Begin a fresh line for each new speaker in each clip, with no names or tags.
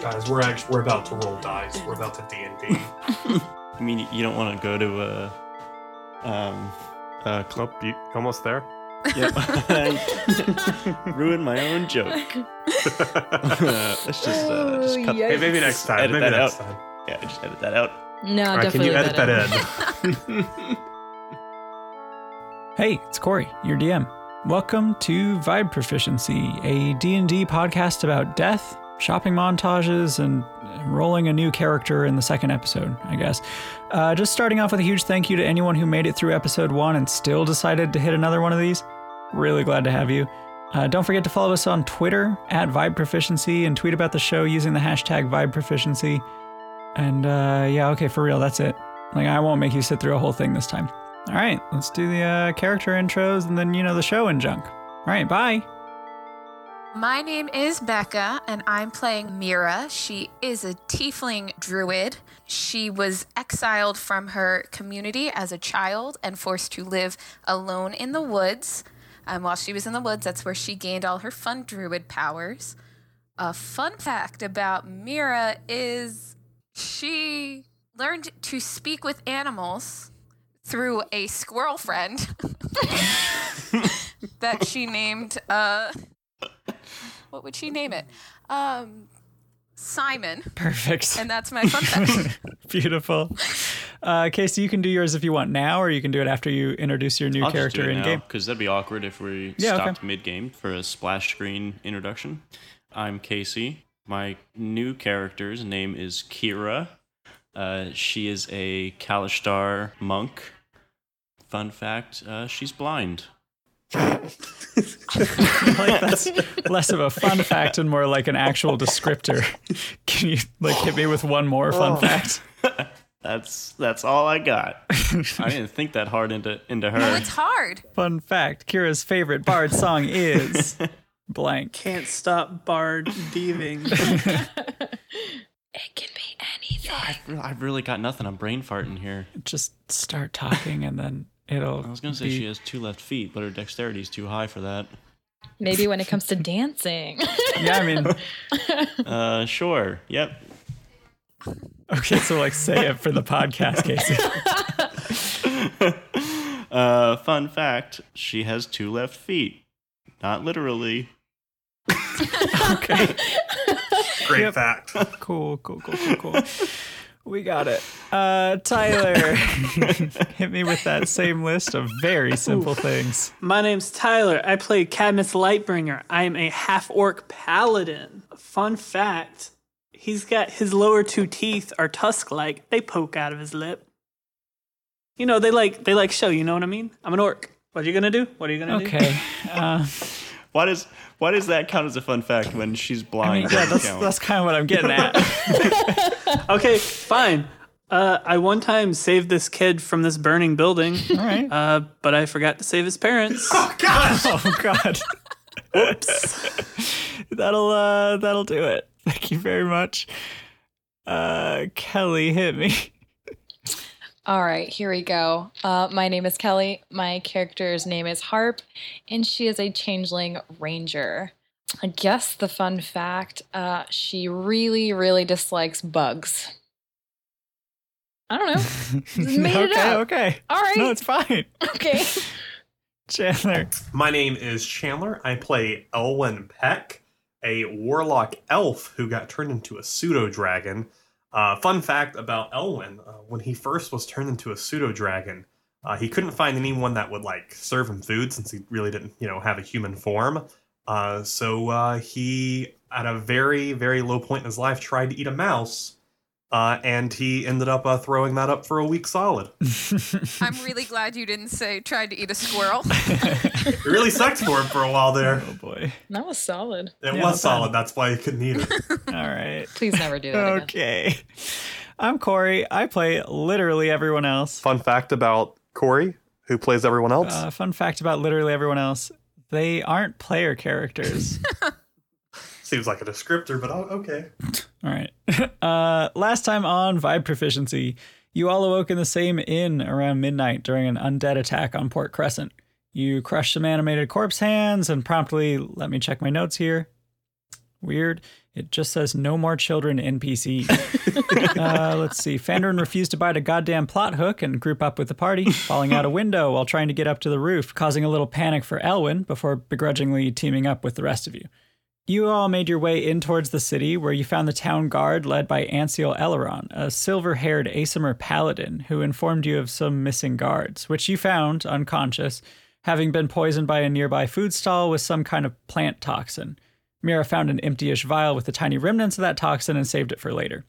Guys, we're actually we're about to roll dice. We're about to D and D.
I mean, you don't want to go to a um, uh, club.
Nope, you almost there.
Yeah, ruin my own joke. Let's just uh, just
Oh,
cut.
yikes.
Yeah,
Hey, maybe next time.
Edit
maybe
that
next
out.
time.
just edit that out.
No,
All right, can
definitely
you edit
better.
that in?
Hey, it's Corey, your DM. Welcome to Vibe Proficiency, a D&D podcast about death, shopping montages, and rolling a new character in the second episode, I guess. Uh, just starting off with a huge thank you to anyone who made it through episode one and still decided to hit another one of these. Really glad to have you. Uh, don't forget to follow us on Twitter at Vibe Proficiency and tweet about the show using the hashtag Vibe Proficiency. And uh, yeah, okay, for real, that's it. Like, I won't make you sit through a whole thing this time. All right, let's do the uh, character intros and then, you know, the show and junk. All right, bye.
My name is Becca, and I'm playing Mira. She is a tiefling druid. She was exiled from her community as a child and forced to live alone in the woods. And while she was in the woods, that's where she gained all her fun druid powers. A fun fact about Mira is she learned to speak with animals through a squirrel friend that she named. Uh, what would she name it? Um, Simon.
Perfect.
And that's my fun fact.
Beautiful. Uh, Casey, you can do yours if you want now, or you can do it after you introduce your new
I'll
character in game.
because that'd be awkward if we
Yeah, okay.
stopped mid game for a splash screen introduction. I'm Casey. My new character's name is Kira. Uh, she is a Kalishtar monk. Fun fact: uh, she's blind.
like that's less of a fun fact and more like an actual descriptor. Can you like hit me with one more
Oh.
fun fact?
That's that's all I got. I didn't think that hard into into
oh,
her.
it's hard.
Fun fact: Kira's favorite bard song is blank.
Can't stop Bard thieving.
It can be anything.
I've, re- I've really got nothing. I'm brain farting here.
Just start talking and then it'll.
I was gonna say
be-
she has two left feet, but her dexterity's too high for that.
Maybe when it comes to dancing.
Yeah, I mean,
Uh, sure. Yep.
okay, so like say it for the podcast, Casey.
Uh, fun fact: she has two left feet. Not literally.
Okay.
Great fact.
cool, cool, cool, cool, cool. We got it. Uh, Tyler, hit me with that same list of very simple things.
My name's Tyler. I play Cadmus Lightbringer. I am a half orc paladin. Fun fact he's got his lower two teeth are tusk like, they poke out of his lip. You know, they like they like show, you know what I mean? I'm an orc. What are you gonna do? What are you gonna do?
Okay. Uh,
Why does why does that count as a fun fact when she's blind?
yeah,
doesn't
that's,
count?
that's kind of what I'm getting at.
Okay, fine. Uh, I one time saved this kid from this burning building,
All right.
uh, but I forgot to save his parents.
Oh God. Oops. that'll uh, that'll do it. Thank you very much. Uh, Kelly, hit me.
All right, here we go. Uh, my name is Kelly. My character's name is Harp, and she is a changeling ranger. I guess the fun fact uh, she really, really dislikes bugs. I don't know. made
okay,
it up.
okay.
All right.
No, it's fine.
okay.
Chandler.
My name is Chandler. I play Elwyn Peck, a warlock elf who got turned into a pseudo dragon. Uh, fun fact about Elwyn: uh, when he first was turned into a pseudo dragon, uh, he couldn't find anyone that would like serve him food since he really didn't, you know, have a human form. Uh, so uh, he, at a very, very low point in his life, tried to eat a mouse, uh, and he ended up uh, throwing that up for a week solid.
I'm really glad you didn't say tried to eat a squirrel.
It really sucked for him for a while there.
Oh boy.
That was solid.
It
Yeah,
was
not bad.
solid. That's why he couldn't eat it.
All right.
Please never do that again.
Okay. I'm Corey. I play literally everyone else.
Fun fact about Corey, who plays everyone else.
Uh, fun fact about literally everyone else they aren't player characters.
Seems like a descriptor, but oh, okay.
All right. Uh, last time on Vibe Proficiency, you all awoke in the same inn around midnight during an undead attack on Port Crescent. You crushed some animated corpse hands and promptly, let me check my notes here. Weird. It just says no more children NPC. uh, let's see. Fandarin refused to bite a goddamn plot hook and group up with the party, falling out a window while trying to get up to the roof, causing a little panic for Elwyn before begrudgingly teaming up with the rest of you. You all made your way in towards the city, where you found the town guard led by Anciel Eleron, a silver haired Aesimer paladin who informed you of some missing guards, which you found unconscious, having been poisoned by a nearby food stall with some kind of plant toxin. Mira found an emptyish vial with the tiny remnants of that toxin and saved it for later.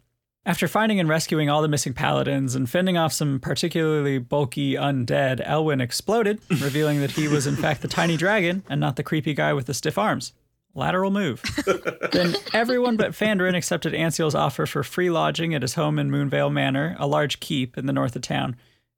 After finding and rescuing all the missing paladins and fending off some particularly bulky undead, Elwyn exploded, revealing that he was in fact the tiny dragon and not the creepy guy with the stiff arms. Lateral move. then everyone but Fandarin accepted Anseel's offer for free lodging at his home in Moonvale Manor, a large keep in the north of town.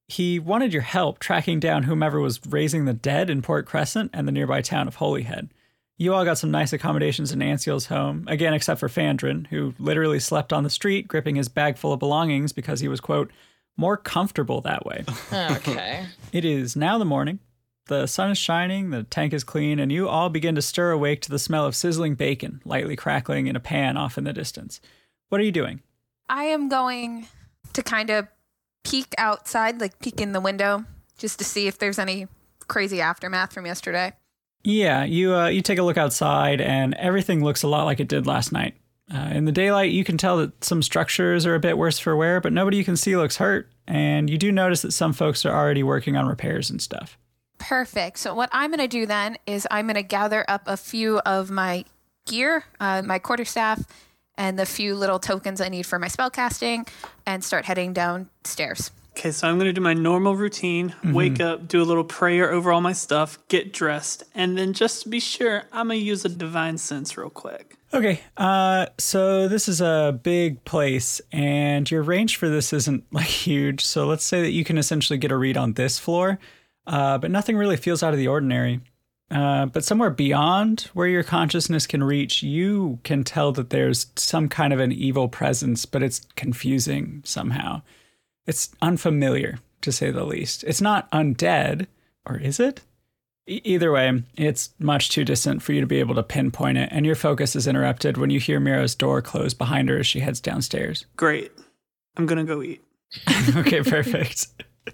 He wanted your help tracking down whomever was raising the dead in Port Crescent and the nearby town of Holyhead. You all got some nice accommodations in Anseel's home, again, except for Fandrin, who literally slept on the street, gripping his bag full of belongings because he was, quote, more comfortable that way.
Okay.
It is now the morning. The sun is shining, the tank is clean, and you all begin to stir awake to the smell of sizzling bacon lightly crackling in a pan off in the distance. What are you doing?
I am going to kind of peek outside, like peek in the window, just to see if there's any crazy aftermath from yesterday.
Yeah, you uh, you take a look outside, and everything looks a lot like it did last night. Uh, in the daylight, you can tell that some structures are a bit worse for wear, but nobody you can see looks hurt, and you do notice that some folks are already working on repairs and stuff.
Perfect. So what I'm going to do then is I'm going to gather up a few of my gear, uh, my quarterstaff, and the few little tokens I need for my spellcasting, and start heading downstairs.
Okay, so I'm gonna do my normal routine:
Mm-hmm.
wake up, do a little prayer over all my stuff, get dressed, and then just to be sure, I'm gonna use a divine sense real quick.
Okay, uh, so this is a big place, and your range for this isn't like huge. So let's say that you can essentially get a read on this floor, uh, but nothing really feels out of the ordinary. Uh, but somewhere beyond where your consciousness can reach, you can tell that there's some kind of an evil presence, but it's confusing somehow. It's unfamiliar, to say the least. It's not undead, or is it? E- Either way, it's much too distant for you to be able to pinpoint it, and your focus is interrupted when you hear Mira's door close behind her as she heads downstairs.
Great. I'm gonna go eat.
okay, perfect.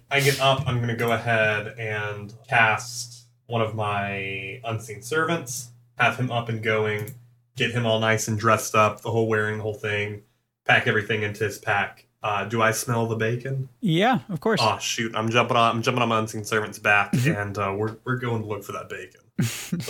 I get up. I'm going to go ahead and cast one of my unseen servants. Have him up and going. Get him all nice and dressed up. The whole wearing, the whole thing. Pack everything into his pack. Uh, do I smell the bacon?
Yeah, of course. Mm-hmm.
Oh shoot! I'm jumping on. I'm jumping on my unseen servant's back, and uh, we're we're going to look for that bacon.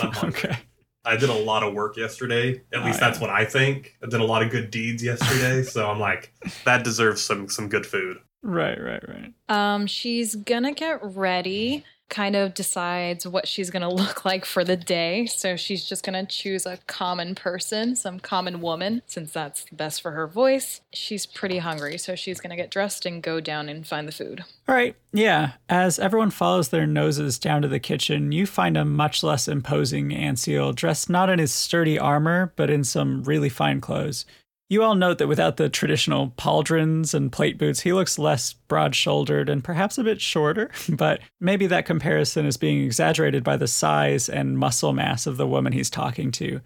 I'm hungry.
okay.
I did a lot of work yesterday.
Oh,
At least that's what I think. I did a lot of good deeds yesterday, so I'm like, that deserves some some good food.
Right, right, right.
Um, she's gonna get ready, kind of decides what she's gonna look like for the day. So she's just gonna choose a common person, some common woman, since that's the best for her voice. She's pretty hungry, so she's gonna get dressed and go down and find the food.
All right. Yeah. As everyone follows their noses down to the kitchen, you find a much less imposing Anseal dressed not in his sturdy armor, but in some really fine clothes. You all note that without the traditional pauldrons and plate boots, he looks less broad shouldered and perhaps a bit shorter, but maybe that comparison is being exaggerated by the size and muscle mass of the woman he's talking to.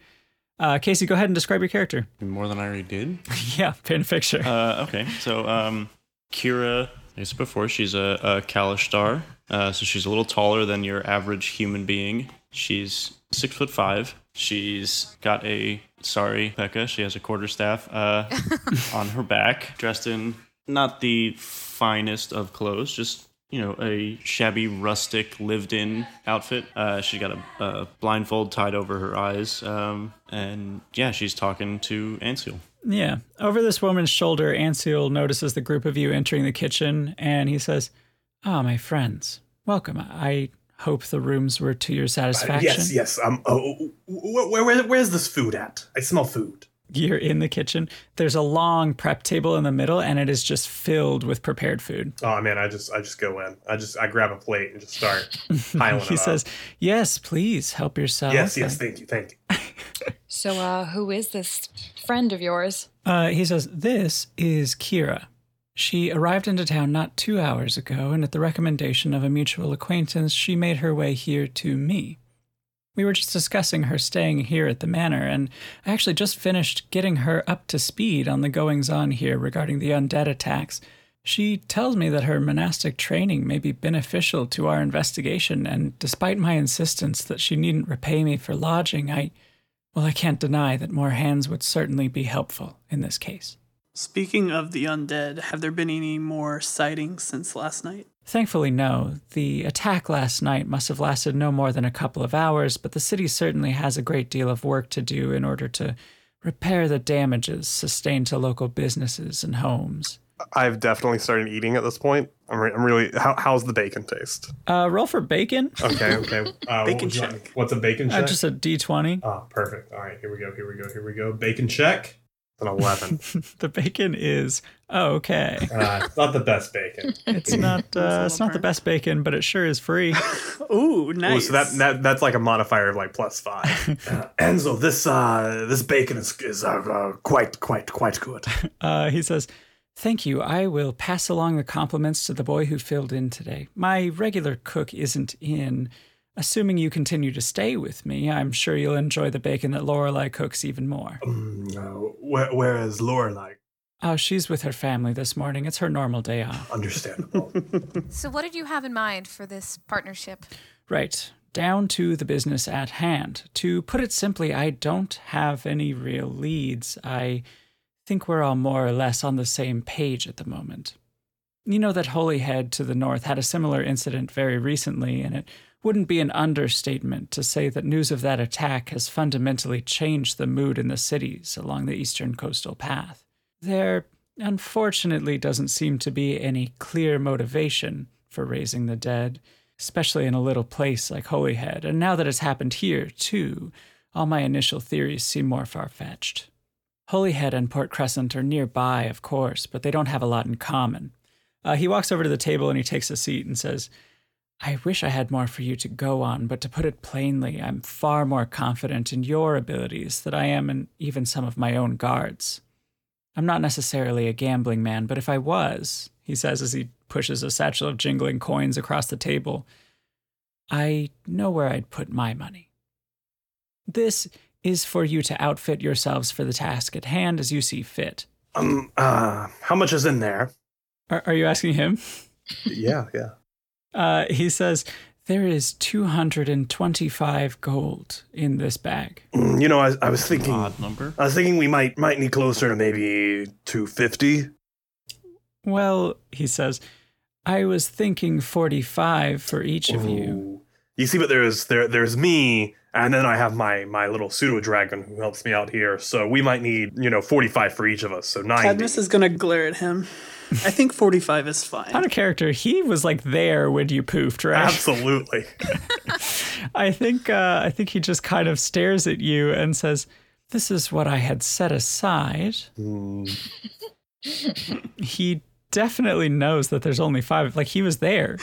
Uh, Casey, go ahead and describe your character.
More than I already did.
yeah, pin picture.
Uh, okay, so um, Kira, I said before, she's a, a Kalishtar. Uh, so she's a little taller than your average human being. She's six foot five. She's got a sorry, Becca. She has a quarterstaff uh, on her back, dressed in not the finest of clothes, just you know a shabby, rustic, lived-in outfit. Uh, she's got a, a blindfold tied over her eyes, um, and yeah, she's talking to Anseal.
Yeah. Over this woman's shoulder, Anseal notices the group of you entering the kitchen and he says, Ah, my friends, welcome. I hope the rooms were to your satisfaction.
Uh, Yes, yes. Um. Oh, wh- where, where where's this food at? I smell food.
You're in the kitchen. There's a long prep table in the middle and it is just filled with prepared food.
Oh man, I just I just go in. I just I grab a plate and just start piling it
He
up.
says, "Oh, Yes, please help yourself.
Yes, yes. Thank you, thank you.
So, uh, who is this friend of yours?
Uh, he says, This is Kira. She arrived into town not two hours ago, and at the recommendation of a mutual acquaintance, she made her way here to me. we were just discussing her staying here at the manor, and I actually just finished getting her up to speed on the goings on here regarding the undead attacks. She tells me that her monastic training may be beneficial to our investigation, and despite my insistence that she needn't repay me for lodging, I. Well, I can't deny that more hands would certainly be helpful in this case.
Speaking of the undead, have there been any more sightings since last night?
Thankfully, no. The attack last night must have lasted no more than a couple of hours, but the city certainly has a great deal of work to do in order to repair the damages sustained to local businesses and homes.
I've definitely started eating at this point. I'm, re- I'm really. How, how's the bacon taste?
Uh, roll for bacon.
Okay, okay. Uh, what
Bacon
would you like?
check.
What's a bacon
Uh,
check?
just a d20.
Oh, perfect. All right, here we go. Here we go. Here we go. Bacon check. An eleven.
The bacon is okay.
uh, it's not the best bacon.
It's not. Uh, it's not the
burnt.
best bacon, but it sure is free.
Ooh, nice.
Ooh, so that, that that's like a modifier of like plus five. Uh, Enzo, this uh this bacon is is uh, uh, quite quite quite good.
Uh, he says, Thank you. I will pass along the compliments to the boy who filled in today. My regular cook isn't in. Assuming you continue to stay with me, I'm sure you'll enjoy the bacon that Lorelei cooks even more.
Mm, uh, where, where is Lorelai?
Oh, she's with her family this morning. It's her normal day off.
Understandable.
So, what did you have in mind for this partnership?
Right. Down to the business at hand. To put it simply, I don't have any real leads. I think we're all more or less on the same page at the moment. You know that Holyhead to the north had a similar incident very recently, and it wouldn't be an understatement to say that news of that attack has fundamentally changed the mood in the cities along the eastern coastal path. There, unfortunately, doesn't seem to be any clear motivation for raising the dead, especially in a little place like Holyhead, and now that it's happened here, too, all my initial theories seem more far fetched. Holyhead and Port Crescent are nearby, of course, but they don't have a lot in common. Uh, he walks over to the table and he takes a seat and says, I wish I had more for you to go on, but to put it plainly, I'm far more confident in your abilities than I am in even some of my own guards. I'm not necessarily a gambling man, but if I was, he says as he pushes a satchel of jingling coins across the table, I know where I'd put my money. This is for you to outfit yourselves for the task at hand as you see fit.
um, uh, how much is in there?
Are, are you asking him?
Yeah, yeah.
Uh, he says, There is 225 gold in this bag.
Mm, you know, I, I was thinking.
Odd number.
I was thinking we might might need closer to maybe two fifty.
Well, he says, I was thinking 45 for each of you.
You see, but there's there there's me, and then I have my my little pseudo dragon who helps me out here. So we might need you know forty five for each of us. So ninety.
Cadmus is gonna glare at him. I think forty-five is
Out
fine.
of character, he was like there when you poofed, right?
Absolutely.
I think uh, I think he just kind of stares at you and says, "This is what I had set aside." he definitely knows that there's only five. Like he was there.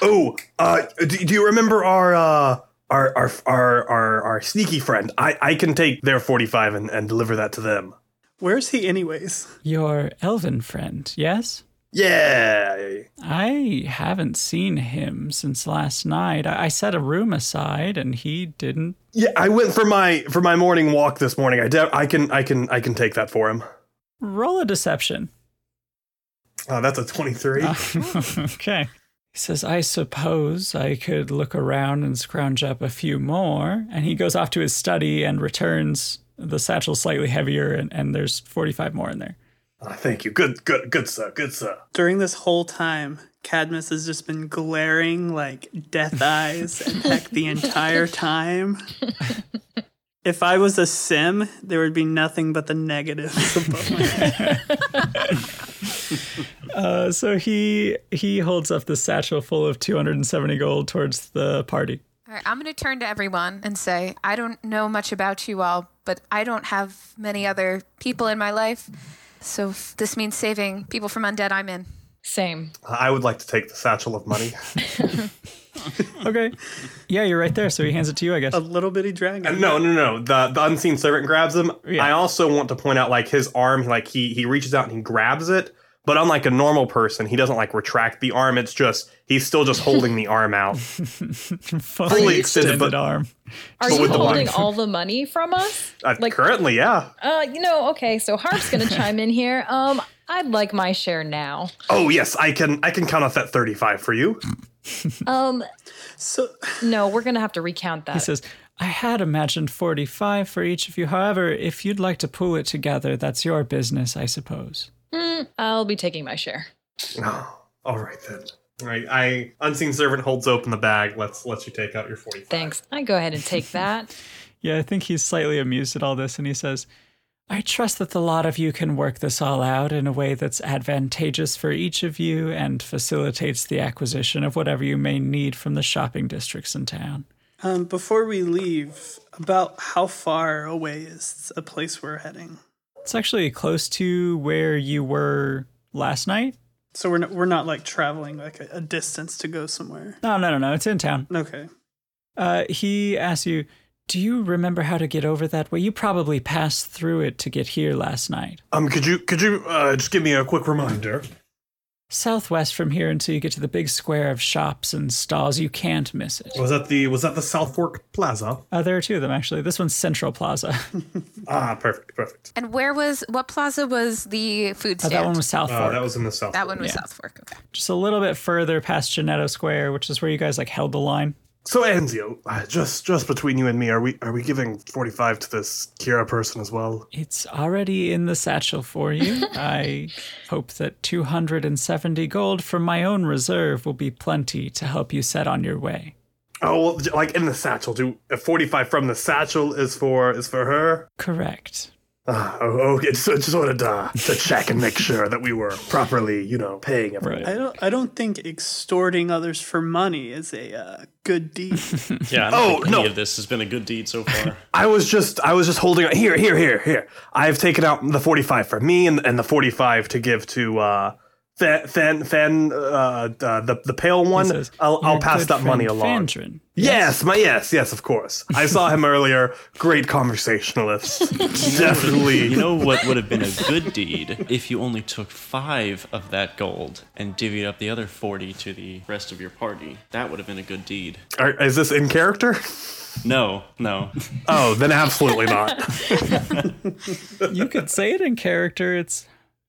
oh, uh, do, do you remember our uh our our our our, our sneaky friend? I I can take their forty five and and deliver that to them.
Where's he, anyways?
Your elven friend, yes?
Yeah.
I haven't seen him since last night. I, I set a room aside, and he didn't.
Yeah, I went for my for my morning walk this morning. I de- I can I can I can take that for him.
Roll a deception.
Oh, that's a twenty three.
Uh. okay. He says, I suppose I could look around and scrounge up a few more. And he goes off to his study and returns the satchel slightly heavier, and, and there's 45 more in there.
Ah, thank you. Good, good, good, sir. Good, sir.
During this whole time, Cadmus has just been glaring like death eyes at Peck the entire time. If I was a sim, there would be nothing but the negatives above my head.
Uh, so he he holds up the satchel full of 270 gold towards the party.
All right, I'm going to turn to everyone and say, I don't know much about you all, but I don't have many other people in my life. So, if this means saving people from undead, I'm in.
Same.
I would like to take the satchel of money.
Okay. Yeah, you're right there. So he hands it to you, I guess.
A little bitty
Uh,
dragon.
no, no, no. The the unseen servant grabs him.
Yeah.
I also want to point out like his arm, like he he reaches out and he grabs it, But unlike a normal person, he doesn't like retract the arm. It's just he's still just holding the arm out. extended,
Fully extended
but-
arm.
Are
So
you
with the
holding
wife.
all the money from us?
Uh,
Like-
currently, yeah.
Uh, you know, okay, so Harp's gonna chime in here. Um, I'd like my share now.
Oh yes, I can I can count off that thirty five for you.
Um,
So
no, we're gonna have to recount that.
He says, I had imagined 45 for each of you. However, if you'd like to pull it together, that's your business, I suppose.
Mm, I'll be taking my share.
Oh, all right then. All right, I unseen servant holds open the bag. Let's let you take out your forty.
Thanks. I go ahead and take that.
Yeah, I think he's slightly amused at all this and he says, I trust that the lot of you can work this all out in a way that's advantageous for each of you and facilitates the acquisition of whatever you may need from the shopping districts in town.
um, before we leave, about how far away is a place we're heading?
It's actually close to where you were last night.
So we're not, we're not like traveling like a, a distance to go somewhere.
No, no, no, no. It's in town.
Okay.
Uh, he asks you, "Do you remember how to get over that way? You probably passed through it to get here last night.
Um, could you could you uh, just give me a quick reminder?
Southwest from here until you get to the big square of shops and stalls. You can't miss it.
Was that the was that the South Fork Plaza?
Uh, there are two of them actually. This one's Central Plaza.
Ah,
Uh,
perfect, perfect.
And where was what plaza was the food
Uh,
stand?
that one was South
Uh,
Fork.
that was in the South.
That
Fork.
one was
Yeah.
South Fork. Okay.
Just a little bit further past Genetto Square, which is where you guys like held the line.
So Anzio, uh, just just between you and me, are we are we giving forty five to this Kira person as well?
It's already in the satchel for you. I hope that 270 gold from my own reserve will be plenty to help you set on your way.
Oh, well, j- like in the satchel. Do uh, forty five from the satchel is for is for her?
Correct.
Ah, oh, okay. So just wanted to, uh, to check and make sure that we were properly, you know, paying everyone.
I don't I don't think extorting others for money is a uh, good deed.
Yeah. I don't
Oh,
think any
no.
of this has been a good deed so far.
I was just I was just holding on here, here, here, here. I've taken out the forty five for me and and the forty five to give to uh Fan Fan Fan uh, uh the the pale one.
He says,
I'll I'll
"Your
pass
good
that money
friend
along.
Fandrin.
Yes, my yes, yes, of course. I saw him earlier. Great conversationalist. Definitely.
You know what would have been a good deed if you only took five of that gold and divvied up the other 40 to the rest of your party? That would have been a good deed.
Are, is this in character?
No, no.
Oh, then absolutely not.
You could say it in character. It's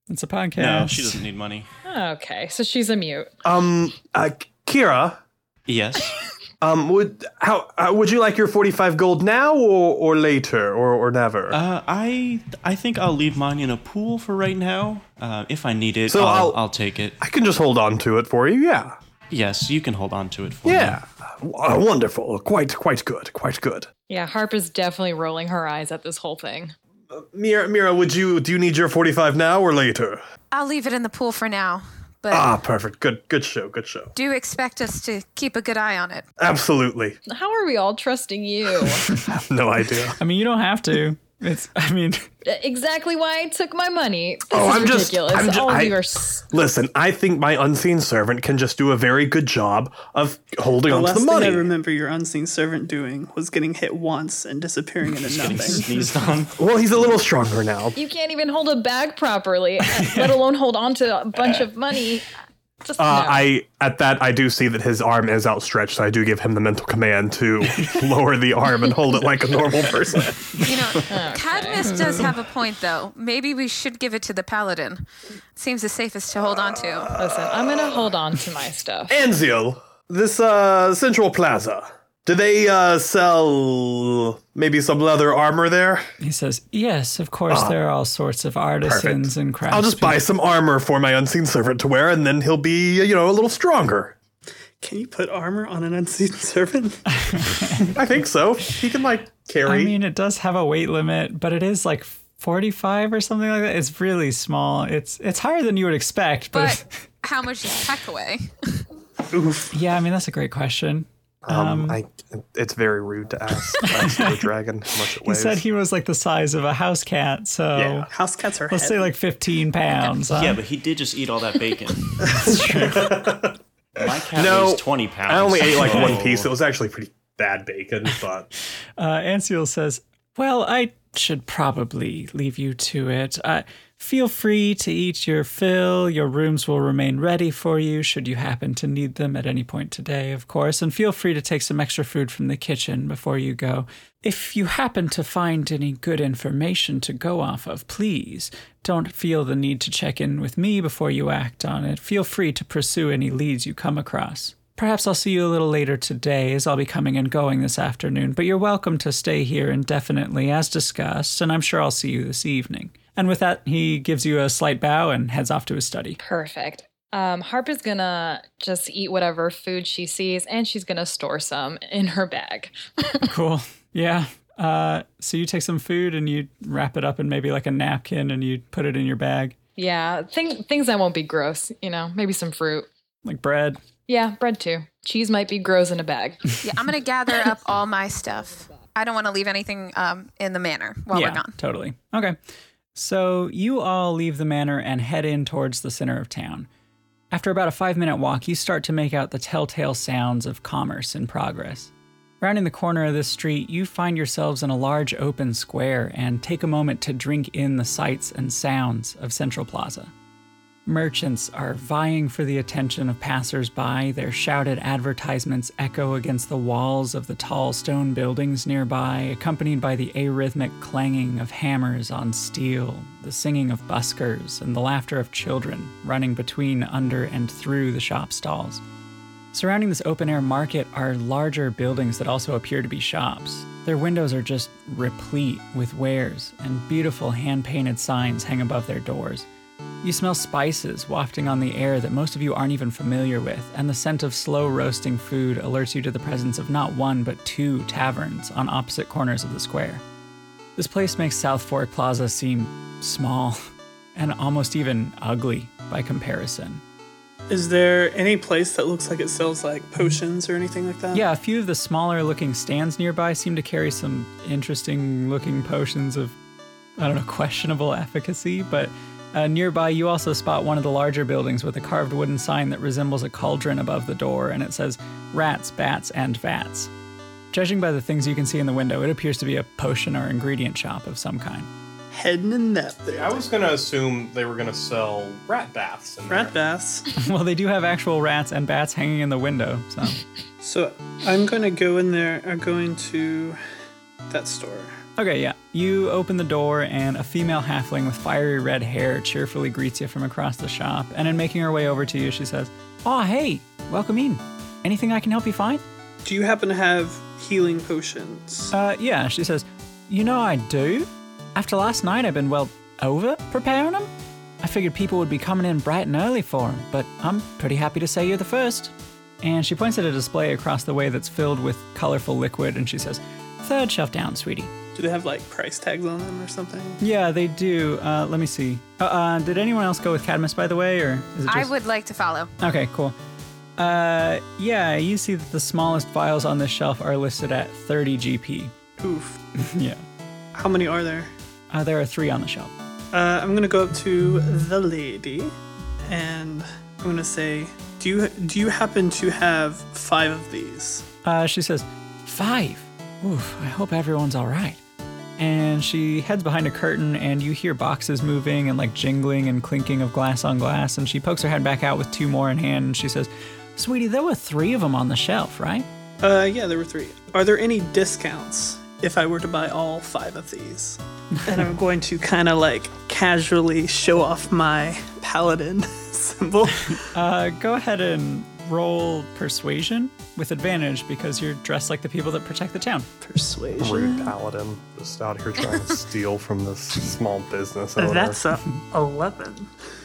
it's a podcast.
No, she doesn't need money.
Okay, so she's a mute.
Um, uh, Kira,
Yes.
um, would how uh, would you like your forty-five gold now or or later or or never?
Uh, I I think I'll leave mine in a pool for right now. Uh, if I need it,
So
I'll,
I'll-
I'll take it.
I can just hold on to it for you. Yeah.
Yes, you can hold on to it for me.
Yeah. Uh, wonderful. Quite quite good. Quite good.
Yeah, Harp is definitely rolling her eyes at this whole thing.
Mira, Mira, would you do you need your forty-five now or later?
I'll leave it in the pool for now, but
Ah, perfect. Good good show. Good show.
do expect us to keep a good eye on it.
Absolutely.
How are we all trusting you?
No idea.
I mean, you don't have to. It's. I mean,
exactly why I took my money. This
Oh,
is
I'm just-
ridiculous.
I'm ju-
all of
I-
you are. s-
Listen, I think my unseen servant can just do a very good job of holding
the
on to
last
the
thing I
money.
remember your unseen servant doing was getting hit once and disappearing into nothing.
Sneezed on.
Well, he's a little stronger now.
You can't even hold a bag properly, let alone hold on to a bunch of money. Just,
Uh,
no.
I at that I do see that his arm is outstretched. So I do give him the mental command to lower the arm and hold it like a normal person.
You know, Cadmus does have a point though. Maybe we should give it to the paladin. Seems the safest to hold on to.
Listen, I'm gonna hold on to my stuff.
Anziel, this uh, Central Plaza. Do they uh, sell maybe some leather armor there?
he says, yes, of course, there are all sorts of artisans and crafts.
Ah, I'll just buy some armor for my unseen servant to wear, and then he'll be you know a little stronger.
Can you put armor on an unseen servant?
I think so. He can like carry.
I mean, it does have a weight limit, but it is like 45 or something like that. It's really small. It's it's higher than you would expect, but,
But how much is Peck away?
yeah, I mean, that's a great question.
Um, I, it's very rude to ask ask the dragon how much it
He
weighs.
said he was like the size of a house cat, so
Yeah.
House cats are
let's say
heavy.
like 15 pounds. huh?
Yeah, but he did just eat all that bacon. That's true. My cat
No,
weighs 20 pounds. Oh.
I only ate like one
so-
Oh.
piece. It was actually pretty bad bacon, but
Uh, Anseal says, Well, I should probably leave you to it. Uh, Feel free to eat your fill. Your rooms will remain ready for you should you happen to need them at any point today, of course. And feel free to take some extra food from the kitchen before you go. If you happen to find any good information to go off of, please don't feel the need to check in with me before you act on it. Feel free to pursue any leads you come across. Perhaps I'll see you a little later today as I'll be coming and going this afternoon, but you're welcome to stay here indefinitely as discussed, and I'm sure I'll see you this evening. And with that, he gives you a slight bow and heads off to his study.
Perfect. Um, Harp is gonna just eat whatever food she sees, and she's gonna store some in her bag.
cool. Yeah. Uh, so you take some food and you wrap it up in maybe like a napkin and you put it in your bag,
Yeah, thing, things that won't be gross, you know, maybe some fruit.
like bread.
Yeah, bread too. Cheese might be gross in a bag.
Yeah, I'm gonna gather up all my stuff. I don't want to leave anything um, in the manor while we're gone.
Totally. Okay. So you all leave the manor and head in towards the center of town. After about a five minute walk, you start to make out the telltale sounds of commerce in progress. Rounding the corner of this street, you find yourselves in a large open square and take a moment to drink in the sights and sounds of Central Plaza. Merchants are vying for the attention of passersby. Their shouted advertisements echo against the walls of the tall stone buildings nearby, accompanied by the arrhythmic clanging of hammers on steel, the singing of buskers, and the laughter of children running between, under, and through the shop stalls. Surrounding this open air market are larger buildings that also appear to be shops. Their windows are just replete with wares, and beautiful hand painted signs hang above their doors. You smell spices wafting on the air that most of you aren't even familiar with, and the scent of slow roasting food alerts you to the presence of not one but two taverns on opposite corners of the square. This place makes South Fork Plaza seem small and almost even ugly by comparison.
Is there any place that looks like it sells like potions or anything like that?
Yeah, a few of the smaller looking stands nearby seem to carry some interesting looking potions of, I don't know, questionable efficacy. But uh, nearby, you also spot one of the larger buildings with a carved wooden sign that resembles a cauldron above the door, and it says rats, bats, and vats. Judging by the things you can see in the window, it appears to be a potion or ingredient shop of some kind.
Heading in that there.
I was gonna assume they were gonna sell rat baths. In
Rat
there.
baths.
well, they do have actual rats and bats hanging in the window, so.
So I'm gonna go in there. I'm going to that store.
Okay, yeah. You open the door, and a female halfling with fiery red hair cheerfully greets you from across the shop. And in making her way over to you, she says, "Ah, hey, welcome in. Anything I can help you find?"
Do you happen to have healing potions?
Uh, yeah. She says, "You know I do. After last night, I've been well over preparing them. I figured people would be coming in bright and early for 'em, but I'm pretty happy to say you're the first. And she points at a display across the way that's filled with colorful liquid, and she says, Third shelf down, sweetie."
Do they have like price tags on them or something?
Yeah, they do. Uh, let me see. Uh, uh, did anyone else go with Cadmus, by the way, or is it just?
I would like to follow.
Okay, cool. Uh, yeah, you see that the smallest vials on this shelf are listed at 30 GP.
Oof.
yeah,
How many are there?
uh, there are three on the shelf.
Uh, I'm gonna go up to the lady, and I'm gonna say, "Do you do you happen to have five of these?"
Uh, she says, Five. Oof, I hope everyone's all right. And she heads behind a curtain, and you hear boxes moving and like jingling and clinking of glass on glass. And she pokes her head back out with two more in hand, and she says, Sweetie, there were three of them on the shelf, right?
Uh, yeah, there were three. Are there any discounts if I were to buy all five of these? and I'm going to kind of like casually show off my paladin symbol.
Uh, go ahead and roll persuasion with advantage because you're dressed like the people that protect the town.
Persuasion.
Rude paladin, just out here trying to steal from this small business owner.
That's a eleven.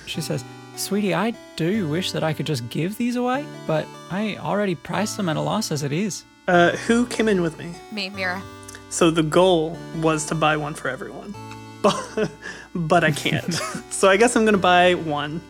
She says, Sweetie, I do wish that I could just give these away, but I already priced them at a loss as it is.
Uh, who came in with me?
Me, Mira.
So the goal was to buy one for everyone, but but I can't. so I guess I'm gonna buy one.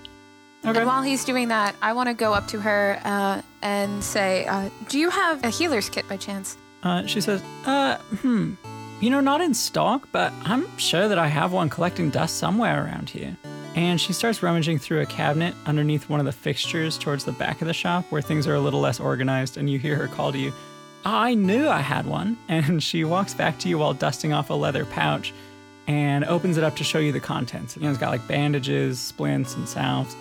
Okay.
And while he's doing that, I want to go up to her uh, and say, uh, "Do you have a healer's kit by chance?"
Uh, she says, uh, hmm, you know, not in stock, but I'm sure that I have one collecting dust somewhere around here. And she starts rummaging through a cabinet underneath one of the fixtures towards the back of the shop where things are a little less organized, and you hear her call to you, I knew I had one. And she walks back to you while dusting off a leather pouch. and opens it up to show you the contents. You know, it's got like bandages, splints, and salves.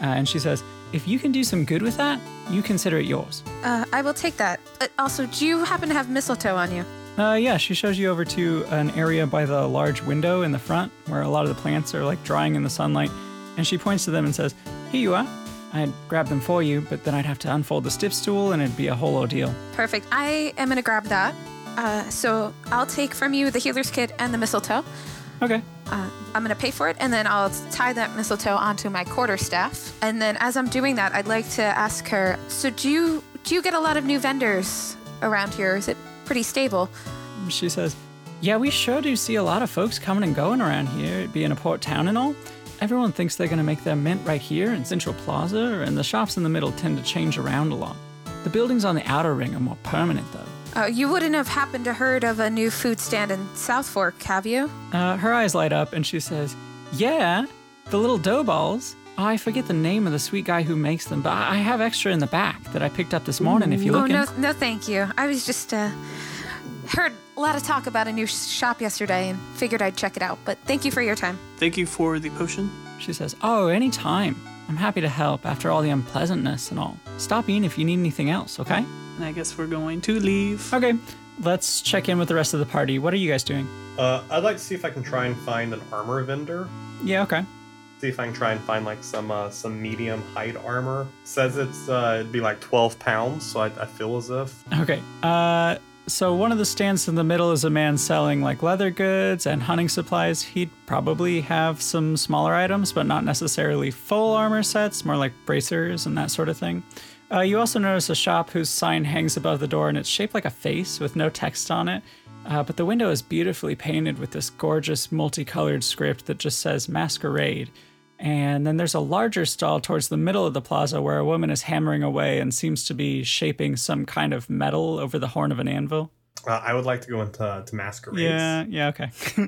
Uh, and she says, if you can do some good with that, you consider it yours.
Uh, I will take that. Uh, also, do you happen to have mistletoe on you?
Uh, yeah, she shows you over to an area by the large window in the front where a lot of the plants are like drying in the sunlight. And she points to them and says, Here you are. I'd grab them for you, but then I'd have to unfold the stip stool and it'd be a whole ordeal.
Perfect. I am going to grab that. Uh, so I'll take from you the healer's kit and the mistletoe.
Okay.
Uh, I'm going to pay for it, and then I'll tie that mistletoe onto my quarterstaff. And then as I'm doing that, I'd like to ask her. So do you do you get a lot of new vendors around here? Is it pretty stable?
She says, Yeah, we sure do see a lot of folks coming and going around here, it being a port town and all. Everyone thinks they're going to make their mint right here in Central Plaza, and the shops in the middle tend to change around a lot. The buildings on the outer ring are more permanent, though.
Uh, you wouldn't have happened to heard of a new food stand in South Fork, have you?
Uh, her eyes light up, and she says, Yeah, the little dough balls. Oh, I forget the name of the sweet guy who makes them, but I I have extra in the back that I picked up this morning if you're
Oh
looking.
no, no, thank you. I was just uh, heard a lot of talk about a new shop yesterday and figured I'd check it out. But thank you for your time.
Thank you for the potion.
She says, Oh, any time. I'm happy to help after all the unpleasantness and all. Stop in if you need anything else, okay?
And I guess we're going to leave.
Okay, let's check in with the rest of the party. What are you guys doing?
Uh, I'd like to see if I can try and find an armor vendor.
Yeah, okay.
See if I can try and find like some uh, some medium height armor. Says it's uh, it'd be like twelve pounds, so I, I feel as if
Okay. Uh, so one of the stands in the middle is a man selling like leather goods and hunting supplies. He'd probably have some smaller items, but not necessarily full armor sets, more like bracers and that sort of thing. Uh, you also notice a shop whose sign hangs above the door and it's shaped like a face with no text on it. Uh, but the window is beautifully painted with this gorgeous multicolored script that just says masquerade. And then there's a larger stall towards the middle of the plaza where a woman is hammering away and seems to be shaping some kind of metal over the horn of an anvil.
uh, I would like to go into uh, to masquerades.
Yeah, yeah, okay.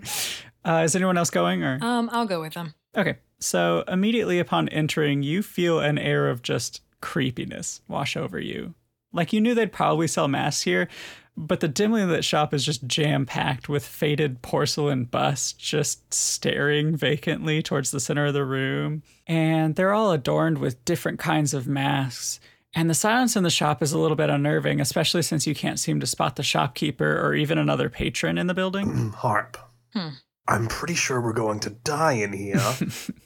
uh, is anyone else going or?
Um, I'll go with them.
Okay. So immediately upon entering, you feel an air of just creepiness wash over you. Like you knew they'd probably sell masks here, but the dimly lit shop is just jam packed with faded porcelain busts just staring vacantly towards the center of the room. And they're all adorned with different kinds of masks. And the silence in the shop is a little bit unnerving, especially since you can't seem to spot the shopkeeper or even another patron in the building.
Harp.
Hmm.
I'm pretty sure we're going to die in here,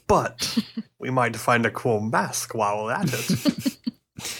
but we might find a cool mask while we're at it.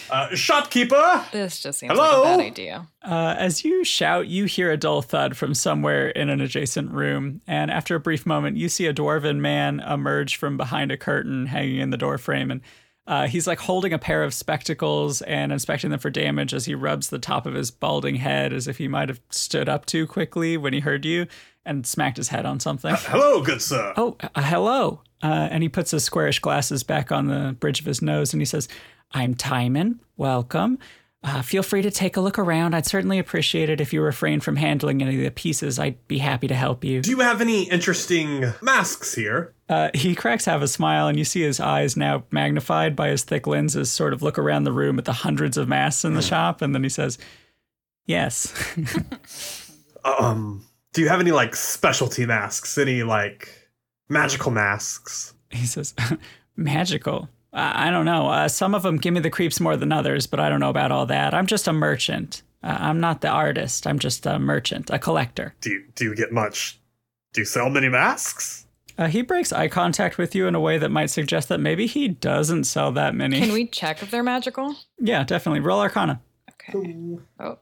Uh, shopkeeper.
This just seems
Hello?
like a bad idea.
Uh, as you shout, you hear a dull thud from somewhere in an adjacent room, and after a brief moment, you see a dwarven man emerge from behind a curtain hanging in the door frame, and uh, he's like holding a pair of spectacles and inspecting them for damage as he rubs the top of his balding head as if he might have stood up too quickly when he heard you and smacked his head on something.
Hello, good sir.
Oh, uh, hello. Uh, and he puts his squarish glasses back on the bridge of his nose and he says, I'm Timon. Welcome. Uh, feel free to take a look around. I'd certainly appreciate it if you refrain from handling any of the pieces. I'd be happy to help you.
Do you have any interesting masks here?
Uh, he cracks have a smile, and you see his eyes now magnified by his thick lenses sort of look around the room at the hundreds of masks in the shop. And then he says, Yes.
Um, do you have any like specialty masks? Any like magical masks?
he says, magical. I, I don't know. Uh, some of them give me the creeps more than others, but I don't know about all that. I'm just a merchant. Uh, I'm not the artist. I'm just a merchant, a collector.
Do you do you get much? Do you sell many masks?
Uh, he breaks eye contact with you in a way that might suggest that maybe he doesn't sell that many.
Can we check if they're magical?
Yeah, definitely. Roll Arcana.
Okay. Oh,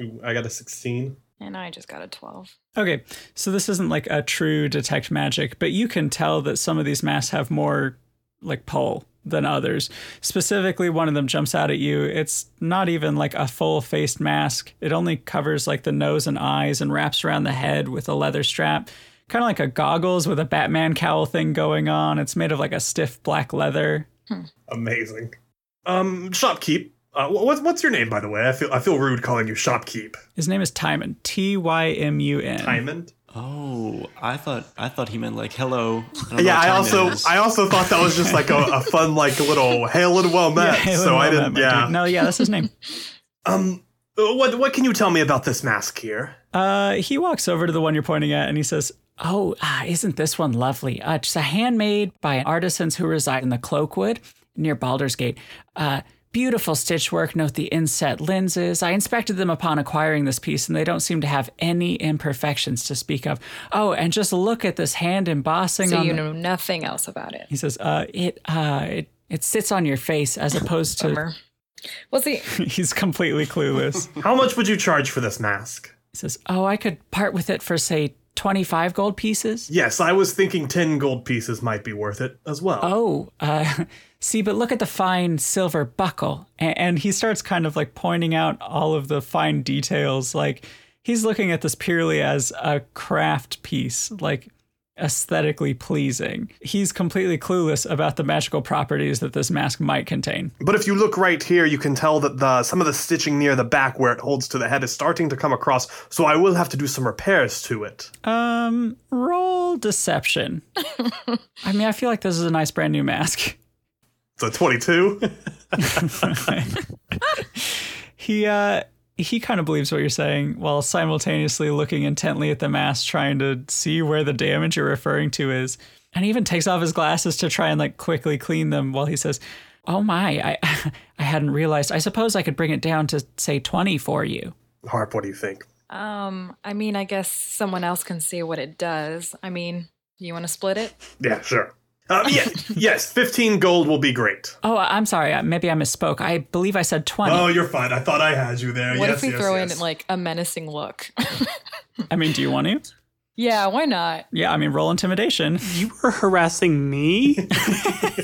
Ooh, I got a sixteen.
and I just got a 12.
Okay, so this isn't like a true detect magic, but you can tell that some of these masks have more like pull than others. Specifically, one of them jumps out at you. It's not even like a full faced mask, it only covers like the nose and eyes and wraps around the head with a leather strap. Kind of like a goggles with a Batman cowl thing going on. It's made of like a stiff black leather.
Amazing. Um, shopkeep. Uh, wh- what's what's your name, by the way? I feel I feel rude calling you shopkeep.
His name is Timon. T Y M U N.
Diamond.
Oh, I thought I thought he meant like hello. I don't know
Yeah,
what
I
time
also
it is.
I also thought that was just like a, a fun like little hail and well met.
Hey,
so I
well,
didn't.
that might
Yeah.
do- No, yeah, that's his name.
Um, Uh, What what can you tell me about this mask here?
Uh, he walks over to the one you're pointing at and he says, Oh, ah, isn't this one lovely? Uh, it's a handmade by artisans who reside in the Cloakwood near Balder's Gate. Uh, beautiful stitch work. Note the inset lenses. I inspected them upon acquiring this piece and they don't seem to have any imperfections to speak of. Oh, and just look at this hand embossing
So
on
you
the-
know nothing else about it.
He says, uh, it, uh, it, it sits on your face as opposed to.
Bummer. Well, see,
He's completely clueless.
How much would you charge for this mask?
he says, Oh, I could part with it for, say, 25 gold pieces.
Yes, I was thinking ten gold pieces might be worth it as well.
Oh, uh, see, but look at the fine silver buckle. And, and he starts kind of like pointing out all of the fine details. Like he's looking at this purely as a craft piece, like aesthetically pleasing. He's completely clueless about the magical properties that this mask might contain.
But if you look right here, you can tell that the some of the stitching near the back where it holds to the head is starting to come across, so I will have to do some repairs to it.
Um, roll deception. I mean, I feel like this is a nice brand new mask.
So 22?
he uh he kind of believes what you're saying while simultaneously looking intently at the mask trying to see where the damage you're referring to is and he even takes off his glasses to try and like quickly clean them while he says oh my i i hadn't realized i suppose i could bring it down to say 20 for you
Harp, what do you think?
um, I mean, I guess someone else can see what it does. I mean, you want to split it?
Yeah, sure. Um, yeah, yes, 15 gold will be great.
oh I- i'm sorry I- maybe i misspoke i believe i said 20
Oh, you're fine. I thought I had you there.
What
yes,
if we
yes,
throw
yes.
in like a menacing look?
i mean do you want to
yeah, why not?
yeah i mean roll intimidation
You were harassing me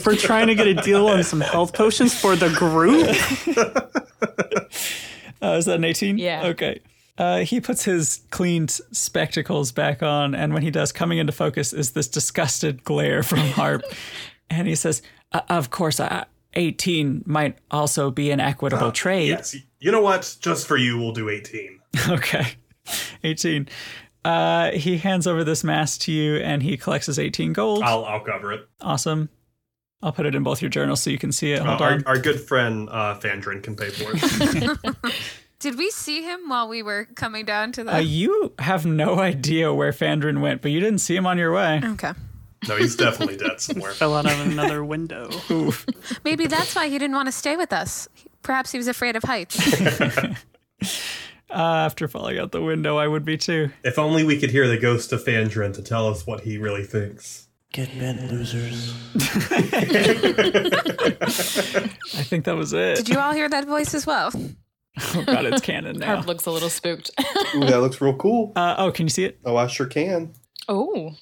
for trying to get a deal on some health potions for the group.
Oh, is that an 18?
Yeah.
Okay. Uh, he puts his cleaned spectacles back on, and when he does, coming into focus is this disgusted glare from Harp. and he says, "Uh, Of course, uh, 18 might also be an equitable trade.
Ah, Yes, you know what? Just for you, we'll do 18.
Okay. 18. Uh, he hands over this mask to you, and he collects his 18 gold.
I'll, I'll cover it.
awesome. I'll put it in both your journals so you can see it.
Uh,
Hold
our,
on.
our good friend uh, Fandrin can pay for it.
Did we see him while we were coming down to the?
Uh, you have no idea where Fandrin went, but you didn't see him on your way.
okay.
no, he's definitely dead somewhere.
Fell out of another window.
Maybe that's why he didn't want to stay with us. Perhaps he was afraid of heights.
Uh, after falling out the window, I would be too.
If only we could hear the ghost of Fandrin to tell us what he really thinks.
Get bent, losers.
I think that was it.
Did you all hear that voice as well?
oh god, it's canon now.
Harp looks a little spooked.
Ooh, that looks real cool.
Uh, oh, can you see it?
Oh, I sure can.
oh,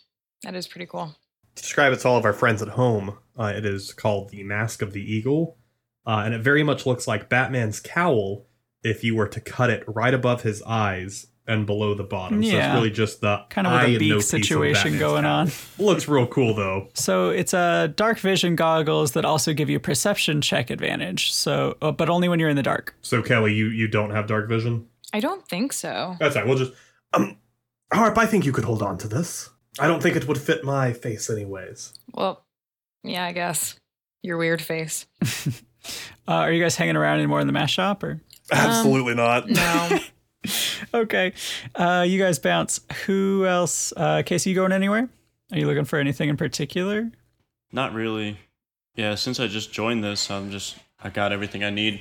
that is pretty cool.
To describe it to all of our friends at home, uh, it is called the Mask of the Eagle, uh, and it very much looks like Batman's cowl if you were to cut it right above his eyes and below the bottom. So
Yeah.
it's really just the
Kind of
eye
with
and
a
no
beak
piece of
situation
Batman's
going
cowl.
on.
Looks real cool though.
So it's uh, dark vision goggles that also give you perception check advantage. So, uh, but only when you're in the dark.
So Kelly, you you don't have dark vision.
I don't think so.
That's all right. We'll just um, Harp. I think you could hold on to this. I don't think it would fit my face, anyways.
Well, yeah, I guess. Your weird face.
Uh, are you guys hanging around anymore in the mass shop or? Um,
Absolutely not.
No.
Okay, uh, you guys bounce. Who else? Uh, Casey, you going anywhere? Are you looking for anything in particular?
Not really. Yeah, since I just joined this, I'm just I got everything I need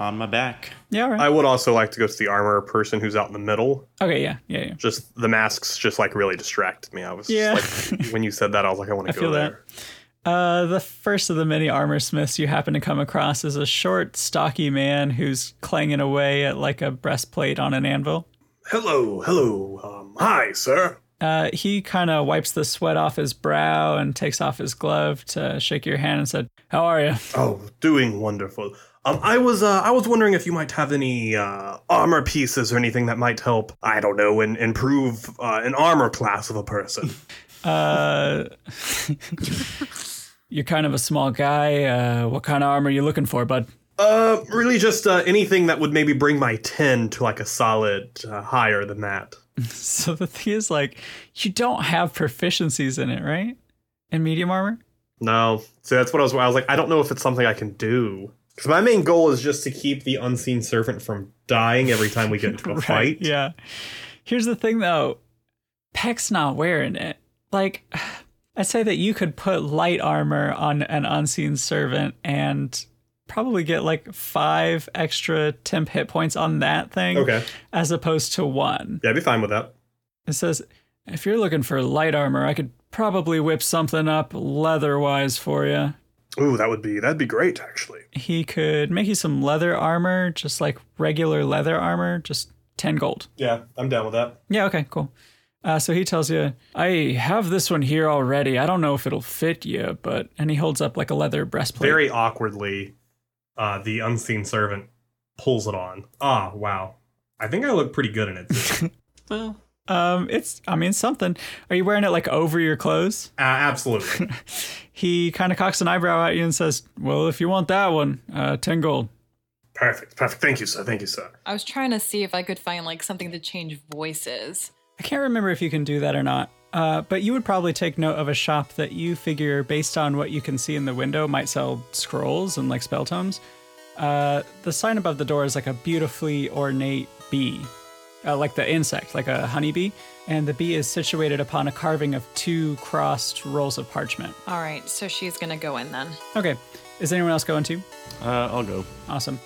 on my back.
Yeah, all right.
I would also like to go to the armor person who's out in the middle.
okay, yeah, yeah, yeah.
Just the masks just like really distracted me. I was
Yeah.
just like when you said that I was like I want
I
to go
feel that.
there.
Uh, the first of the many armor smiths you happen to come across is a short, stocky man who's clanging away at like a breastplate on an anvil.
Hello, hello. Um, hi, sir.
Uh, he kind of wipes the sweat off his brow and takes off his glove to shake your hand and said, "How are you?"
Oh, doing wonderful. Um, I was uh, I was wondering if you might have any uh, armor pieces or anything that might help. I don't know, and improve uh, an armor class of a person.
Uh, you're kind of a small guy. Uh, what kind of armor are you looking for, bud?
uh, really, just uh, anything that would maybe bring my ten to like a solid uh, higher than that.
So the thing is, like, you don't have proficiencies in it, right? In medium armor.
No, so that's what I was. I was like, I don't know if it's something I can do.
Because my main goal is just to keep the unseen servant from dying every time we get into a fight.
Yeah. Here's the thing though. Peck's not wearing it. Like I say that you could put light armor on an unseen servant and probably get like five extra temp hit points on that thing
Okay.
as opposed to one.
Yeah, I'd be fine with that.
It says, if you're looking for light armor, I could probably whip something up leather wise for you.
Ooh, that would be that'd be great actually.
He could make you some leather armor, just like regular leather armor, just 10 gold.
Yeah, I'm down with that.
Yeah, okay, cool. Uh, so he tells you, I have this one here already. I don't know if it'll fit you, but. And he holds up like a leather breastplate.
Very awkwardly, uh, the unseen servant pulls it on. Ah, wow. I think I look pretty good in it. Uh, Too.
Well,
Um, it's, I mean, something. Are you wearing it like over your clothes?
uh, absolutely.
He kind of cocks an eyebrow at you and says, Well, if you want that one, uh, 10 gold.
Perfect, perfect. Thank you, sir. Thank you, sir.
I was trying to see if I could find like something to change voices.
I can't remember if you can do that or not, uh, but you would probably take note of a shop that you figure, based on what you can see in the window, might sell scrolls and like spell tomes. Uh, the sign above the door is like a beautifully ornate bee, uh, like the insect, like a honeybee, and the bee is situated upon a carving of two crossed rolls of parchment.
All right, so she's gonna go in then.
Okay, is anyone else going to?
Uh, I'll go.
Awesome.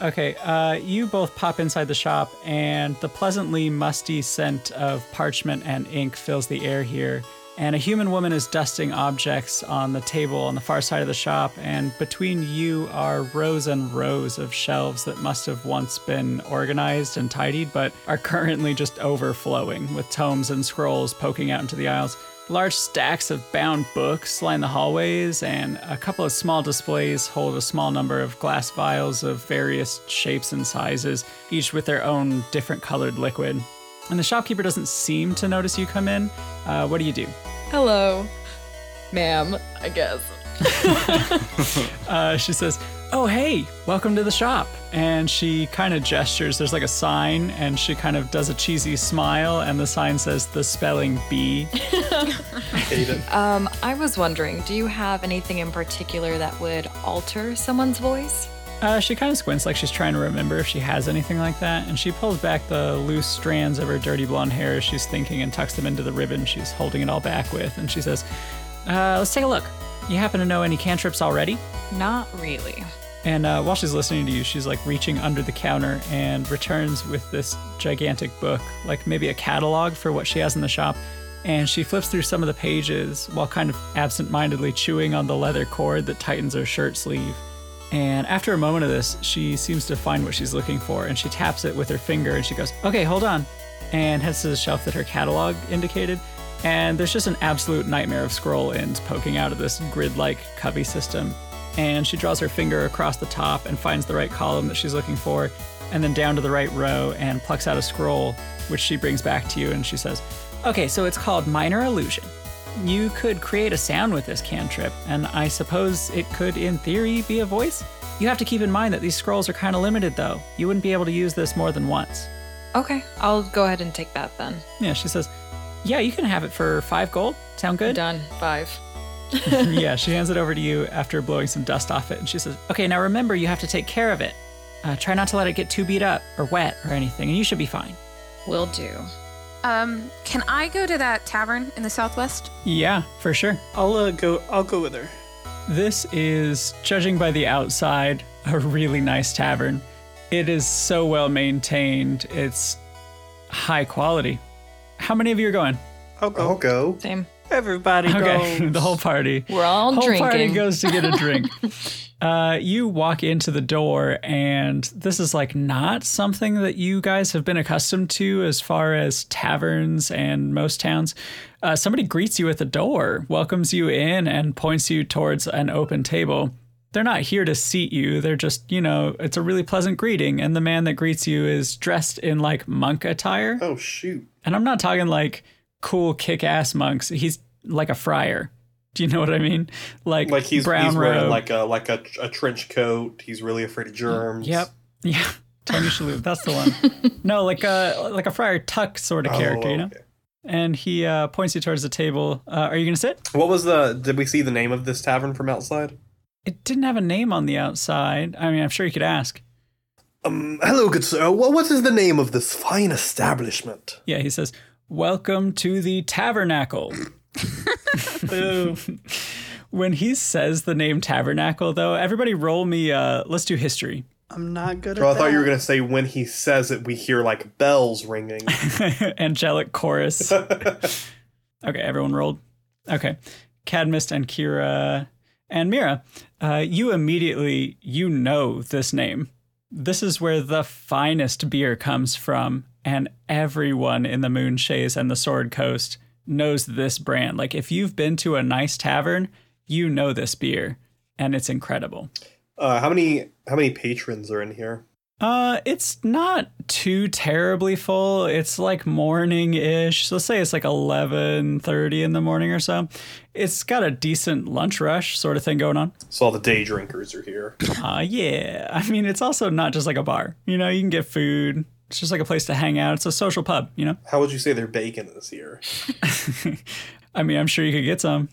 Okay, uh, you both pop inside the shop, and the pleasantly musty scent of parchment and ink fills the air here. And a human woman is dusting objects on the table on the far side of the shop, and between you are rows and rows of shelves that must have once been organized and tidied, but are currently just overflowing with tomes and scrolls poking out into the aisles. Large stacks of bound books line the hallways, and a couple of small displays hold a small number of glass vials of various shapes and sizes, each with their own different colored liquid. And the shopkeeper doesn't seem to notice you come in. Uh, what do you do?
Hello, ma'am. I guess.
Uh, she says, Oh, hey, welcome to the shop. And she kind of gestures. There's like a sign, and she kind of does a cheesy smile, and the sign says the spelling B.
Um, I was wondering, do you have anything in particular that would alter someone's voice?
Uh, she kind of squints like she's trying to remember if she has anything like that, and she pulls back the loose strands of her dirty blonde hair as she's thinking and tucks them into the ribbon she's holding it all back with, and she says, uh, Let's take a look. You happen to know any cantrips already?
Not really.
And uh, while she's listening to you, she's like reaching under the counter and returns with this gigantic book, like maybe a catalog for what she has in the shop. And she flips through some of the pages while kind of absent mindedly chewing on the leather cord that tightens her shirt sleeve. And after a moment of this, she seems to find what she's looking for and she taps it with her finger and she goes, Okay, hold on. And heads to the shelf that her catalog indicated. And there's just an absolute nightmare of scroll ends poking out of this grid like cubby system. And she draws her finger across the top and finds the right column that she's looking for, and then down to the right row and plucks out a scroll, which she brings back to you and she says, Okay, so it's called Minor Illusion. You could create a sound with this cantrip, and I suppose it could, in theory, be a voice. You have to keep in mind that these scrolls are kind of limited, though. You wouldn't be able to use this more than once.
Okay, I'll go ahead and take that then.
Yeah, she says, Yeah, you can have it for five gold. Sound good?
Done. Five.
yeah, she hands it over to you after blowing some dust off it, and she says, "Okay, now remember, you have to take care of it. Uh, try not to let it get too beat up or wet or anything, and you should be fine."
Will do.
Um, can I go to that tavern in the southwest?
Yeah, for sure.
I'll uh, go. I'll go with her.
This is, judging by the outside, a really nice tavern. It is so well maintained. It's high quality. How many of you are going?
I'll go.
go.
Same.
Everybody
Okay,
goes.
the whole party.
We're all
whole
drinking.
party goes to get a drink. uh, you walk into the door, and this is like not something that you guys have been accustomed to as far as taverns and most towns. Uh, somebody greets you at the door, welcomes you in, and points you towards an open table. They're not here to seat you. They're just, you know, it's a really pleasant greeting. And the man that greets you is dressed in like monk attire.
Oh shoot.
And I'm not talking like cool kick ass monks. He's like a friar. Do you know what I mean? Like,
Like he's
brown
he's wearing
robe.
like a like a, a trench coat. He's really afraid of germs.
Yep. Yeah. Tony Shalhoub. That's the one. no, like a like a friar tuck sort of
Oh,
character, you know?
okay.
And he uh, points you towards the table. Uh, are you gonna sit?
What was the? Did we see the name of this tavern from outside?
It didn't have a name on the outside. I mean, I'm sure you could ask.
Um, hello, good sir. Wha- what is the name of this fine establishment?
Yeah, he says, Welcome to the tabernacle.
Boo.
When he says the name tabernacle, though, everybody roll me, uh, let's do history.
I'm not good
Bro, I
at
thought you were
that.
gonna say when he says it, we hear like bells ringing.
Angelic chorus. okay, everyone rolled. Okay. Cadmus and Kira and Mira, uh, you immediately, you know this name. This is where the finest beer comes from, and everyone in the Moon Shays and the Sword Coast knows this brand. Like, if you've been to a nice tavern, you know this beer, and it's incredible.
Uh, how many how many patrons are in here?
Uh, it's not too terribly full. It's like morning ish. So let's say it's like eleven thirty in the morning or so. It's got a decent lunch rush sort of thing going on.
So all the day drinkers are here.
Uh, yeah. I mean, it's also not just like a bar. You know, you can get food. It's just like a place to hang out. It's a social pub. You know.
How would you say their bacon is here?
I mean, I'm sure you could get some.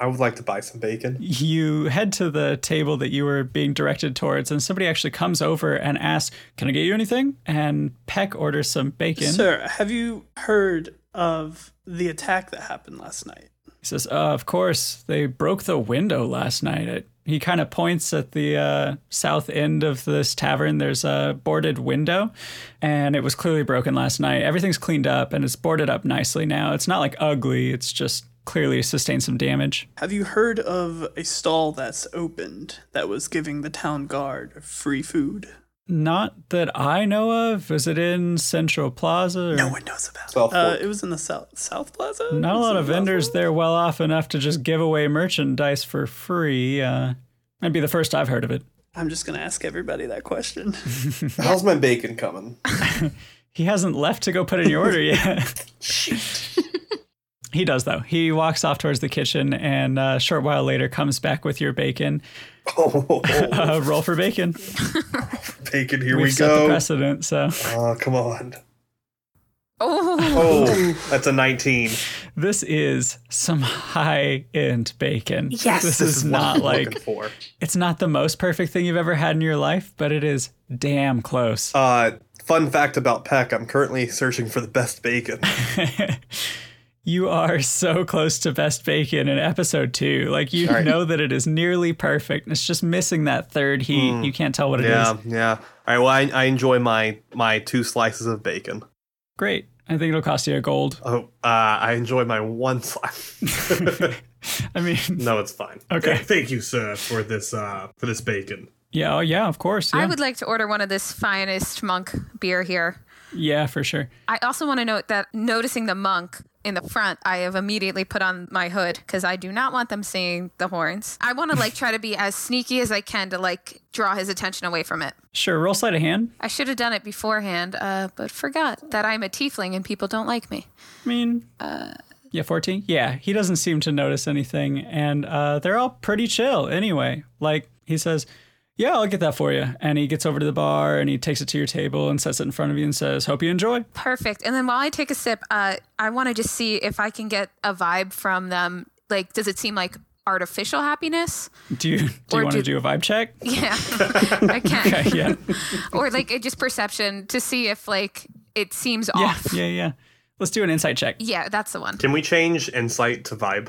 I would like to buy some bacon.
You head to the table that you were being directed towards, and somebody actually comes over and asks, "Can I get you anything?" And Peck orders some bacon.
Sir, have you heard of the attack that happened last night?
He says, uh, "Of course, they broke the window last night." It, he kind of points at the uh, south end of this tavern. There's a boarded window, and it was clearly broken last night. Everything's cleaned up and it's boarded up nicely now. It's not like ugly. It's just clearly sustained some damage.
Have you heard of a stall that's opened that was giving the town guard free food?
Not that I know of. Is it in Central Plaza? Or?
No one knows about.
South
it. Uh,
Fork.
it was in the South South Plaza.
Not a lot of
South
vendors
Plaza?
there well off enough to just give away merchandise for free. Uh, that'd be the first I've heard of it.
I'm just gonna ask everybody that question.
How's my bacon coming?
He hasn't left to go put in your order yet. He does though. He walks off towards the kitchen, and uh, a short while later comes back with your bacon.
Oh,
Uh, roll for bacon.
bacon! Here
We've
we
set the
go.
precedent. So
Oh, come on.
Oh,
Oh, that's a nineteen.
this is some high-end bacon.
Yes.
this is,
what
not
I'm
like
looking for.
it's not the most perfect thing you've ever had in your life, but it is damn close.
Uh, fun fact about Peck: I'm currently searching for the best bacon.
you are so close to best bacon in episode two. Like you
Sorry.
know that it is nearly perfect. and It's just missing that third heat. You can't tell what it is.
Mm. yeah, yeah. All right. Well, I, I enjoy my my two slices of bacon.
Great. I think it'll cost you a gold.
Oh, uh, I enjoy my one slice.
I mean,
No, it's fine.
Okay.
Th- Thank you, sir, for this uh for this bacon.
yeah, oh yeah, of course. Yeah.
I would like to order one of this finest monk beer here.
Yeah, for sure.
I also want to note that noticing the monk in the front, I have immediately put on my hood because I do not want them seeing the horns. I want to like try to be as sneaky as I can to like draw his attention away from it.
Sure, roll sleight of hand.
I should have done it beforehand, uh, but forgot that I'm a tiefling and people don't like me.
I mean,
Uh.
yeah, 14. Yeah, he doesn't seem to notice anything. And uh, they're all pretty chill anyway. Like, he says, Yeah, I'll get that for you. And he gets over to the bar and he takes it to your table and sets it in front of you and says, Hope you enjoy.
Perfect. And then while I take a sip, uh, I want to just see if I can get a vibe from them. Like, does it seem like artificial happiness?
Do you, do
Or
you want to
do-
do a vibe check?
Yeah, I can.
Okay, yeah.
Or like it just perception to see if like it seems
Yeah,
off.
yeah, yeah. Let's do an insight check.
Yeah, that's the one.
Can we change insight to vibe?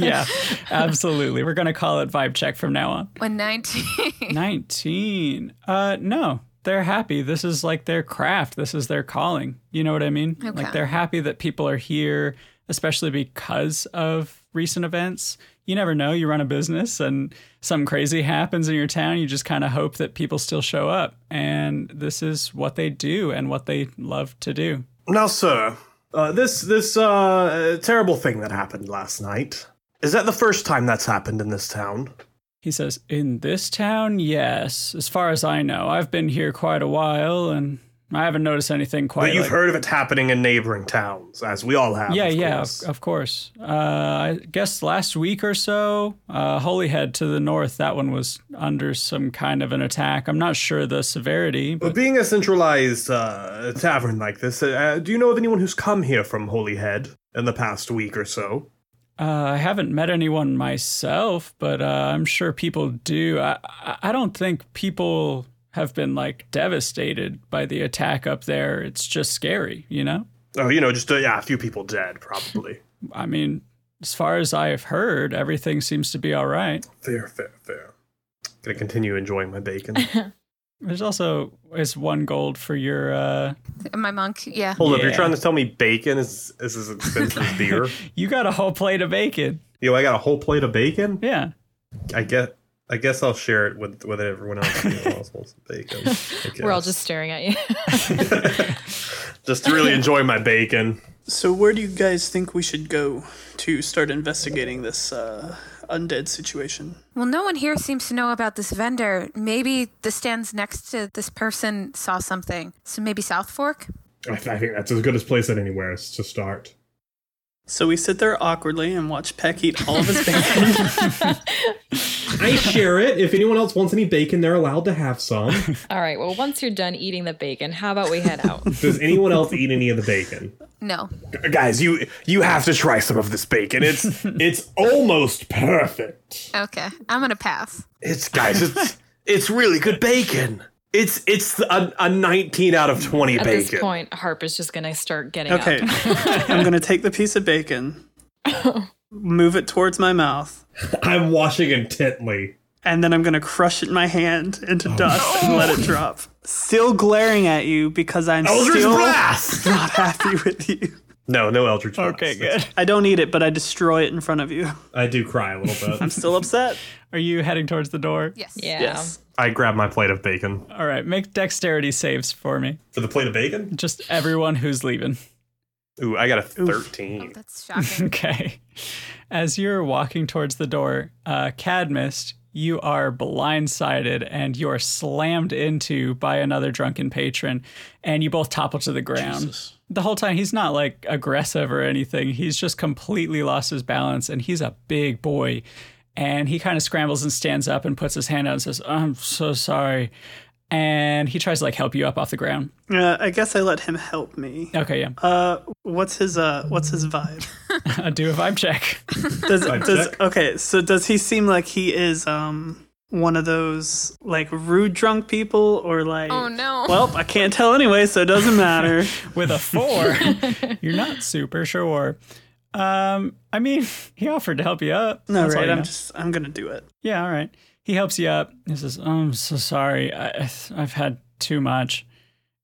yeah, absolutely. We're going to call it vibe check from now on.
When 19.
19. Uh no, they're happy. This is like their craft. This is their calling. You know what I mean? Like
Okay.
they're happy that people are here, especially because of recent events. You never know. You run a business and something crazy happens in your town, you just kind of hope that people still show up. And this is what they do and what they love to do.
Now, sir,
Uh, this this uh, terrible thing that happened last night. Is that the first time that's happened in this town?
He says, In this town, yes. As far as I know, I've been here quite a while and I haven't noticed anything quite
But you've
like
heard of it happening in neighboring towns, as we all have.
yeah,
of
yeah,
course.
of, of course. Uh, I guess last week or so, uh, Holyhead to the north, that one was under some kind of an attack. I'm not sure the severity,
But
but
being a centralized uh, tavern like this, uh, do you know of anyone who's come here from Holyhead in the past week or so?
Uh, I haven't met anyone myself, but uh, I'm sure people do. I, I- I don't think people have been like devastated by the attack up there. It's just scary, you know?
Oh, you know, just uh, yeah, a few people dead probably.
I mean, as far as I have heard, everything seems to be all right.
fair, fair, fair. Gonna continue enjoying my bacon.
There's also is one gold for your uh
My monk, yeah.
Hold up, you're
Yeah.
trying to tell me bacon is is as expensive as beer?
you got a whole plate of bacon.
Yo, I got a whole plate of bacon.
Yeah.
I get. I guess I'll share it with with everyone else. Everyone else wants bacon. I
We're all
guess.
just staring at you.
just to really enjoy my bacon.
So, where do you guys think we should go to start investigating this uh, undead situation?
Well, no one here seems to know about this vendor. Maybe the stands next to this person saw something. So maybe South Fork?
I, I think that's as good as place at anywhere is to start.
So we sit there awkwardly and watch Peck eat all of his bacon.
I share it. If anyone else wants any bacon, they're allowed to have some.
All right. Well, once you're done eating the bacon, how about we head out?
Does anyone else eat any of the bacon?
No.
Guys, you you have to try some of this bacon. It's it's almost perfect.
Okay. I'm going to pass.
It's guys, it's it's really good bacon. It's it's a, a 19 out of 20
at
bacon.
this point, Harp is just gonna start getting
okay,
up.
I'm gonna take the piece of bacon, move it towards my mouth,
I'm watching intently.
and then I'm gonna crush it in my hand into
Oh,
dust and let it drop. Still glaring at you because I'm
Eldritch
still
Blast!
not happy with you.
No, no Eldritch Blast. That's-
I don't eat it, but I destroy it in front of you.
I do cry a little bit.
Still upset?
Are you heading towards the door?
Yes.
Yeah.
Yes.
I grab my plate of bacon.
All right, make dexterity saves for me.
For the plate of bacon?
Just everyone who's leaving.
Ooh, I got a 13.
Oh, That's shocking.
Okay. As you're walking towards the door, uh, Cadmus, you are blindsided and you are slammed into by another drunken patron, and you both topple to the ground.
Jesus.
The whole time, he's not like aggressive or anything. He's just completely lost his balance, and he's a big boy. And he kind of scrambles and stands up and puts his hand out and says, "I'm so sorry." And he tries to like help you up off the ground.
Uh, I guess I let him help me.
Okay, yeah.
Uh, what's his uh, what's his vibe?
Do a vibe check.
Does,
Vibe
does
check.
okay? So does he seem like he is um one of those like rude drunk people or like?
oh, no.
Well, I can't tell anyway, so it doesn't matter.
with a four, you're not super sure. Um, I mean, he offered to help you up.
no,
That's all
right?
you
I'm
know.
just I'm gonna do it.
yeah, all right. He helps you up. He says, oh, "I'm so sorry. I, I've had too much,"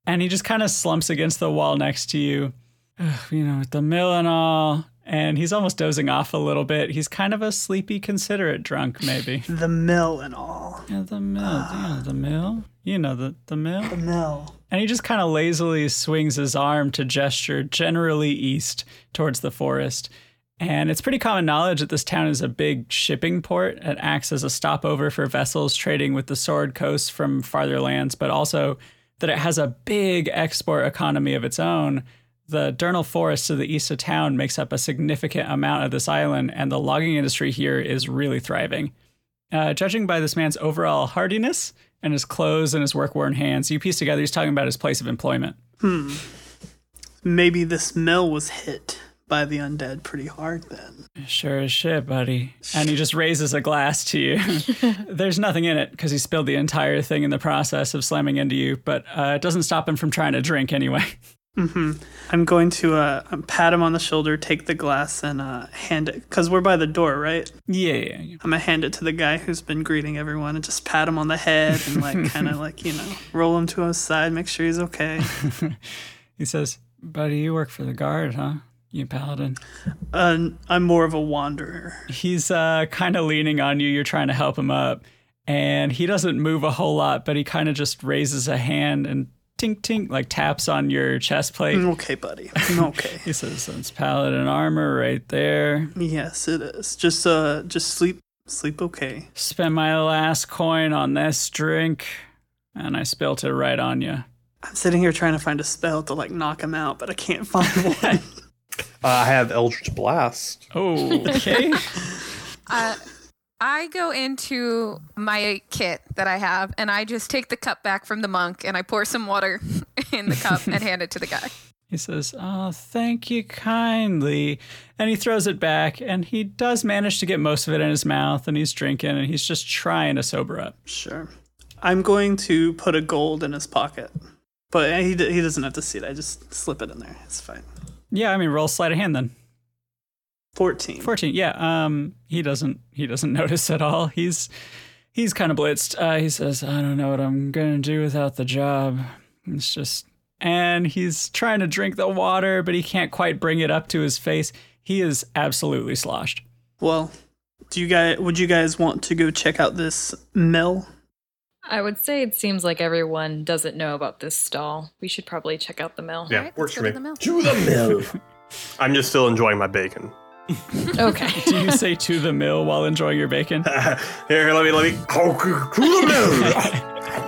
and he just kind of slumps against the wall next to you. Ugh, you know, with the mill and all. And he's almost dozing off a little bit. He's kind of a sleepy, considerate drunk, maybe.
The mill and all.
yeah, the mill, yeah, the mill. You know the the mill.
The mill.
And he just kind of lazily swings his arm to gesture generally east towards the forest. And it's pretty common knowledge that this town is a big shipping port. It acts as a stopover for vessels trading with the Sword Coast from farther lands, but also that it has a big export economy of its own. The Dernal Forest to the east of town makes up a significant amount of this island, and the logging industry here is really thriving. Uh, judging by this man's overall hardiness and his clothes and his work worn hands, you piece together he's talking about his place of employment.
Maybe this mill was hit by the undead pretty hard then.
Sure as shit, buddy. And he just raises a glass to you. There's nothing in it because he spilled the entire thing in the process of slamming into you, but uh, it doesn't stop him from trying to drink anyway.
I'm going to uh, um, pat him on the shoulder, take the glass, and uh, hand it. Because we're by the door, right?
yeah, yeah, yeah.
I'm going to hand it to the guy who's been greeting everyone and just pat him on the head and, like, kind of like, you know, roll him to his side, make sure he's okay.
He says, Buddy, you work for the guard, huh? You paladin.
Uh, I'm more of a wanderer.
he's uh, kind of leaning on you. You're trying to help him up, and he doesn't move a whole lot, but he kind of just raises a hand and tink tink, like taps on your chest plate.
I'm okay, buddy. I'm okay.
He says, "That's paladin armor right there.
yes, it is. Just, uh, just sleep. Sleep okay.
Spent my last coin on this drink, and I spilt it right on you."
I'm sitting here trying to find a spell to, like, knock him out, but I can't find one.
Uh, I have Eldritch Blast.
Oh, okay.
Uh, I go into my kit that I have and I just take the cup back from the monk and I pour some water in the cup and hand it to the guy.
He says, Oh, thank you kindly. And he throws it back, and he does manage to get most of it in his mouth, and he's drinking, and he's just trying to sober up.
Sure. I'm going to put a gold in his pocket. But he, d- he doesn't have to see it. I just slip it in there. It's fine.
Yeah, I mean, roll sleight of hand then.
14.
14 yeah um he doesn't he doesn't notice at all he's he's kind of blitzed uh he says i don't know what i'm gonna do without the job it's just and he's trying to drink the water but he can't quite bring it up to his face he is absolutely sloshed
Well, do you guys would you guys want to go check out this mill?
I would say it seems like everyone doesn't know about this stall. We should probably check out the mill.
Yeah,
Alright,
works
let's
for
go to
me.
the mill.
To the mill.
I'm just still enjoying my bacon.
Okay.
do you say to the mill while enjoying your bacon
Here, let me, let me. Oh, to the mill.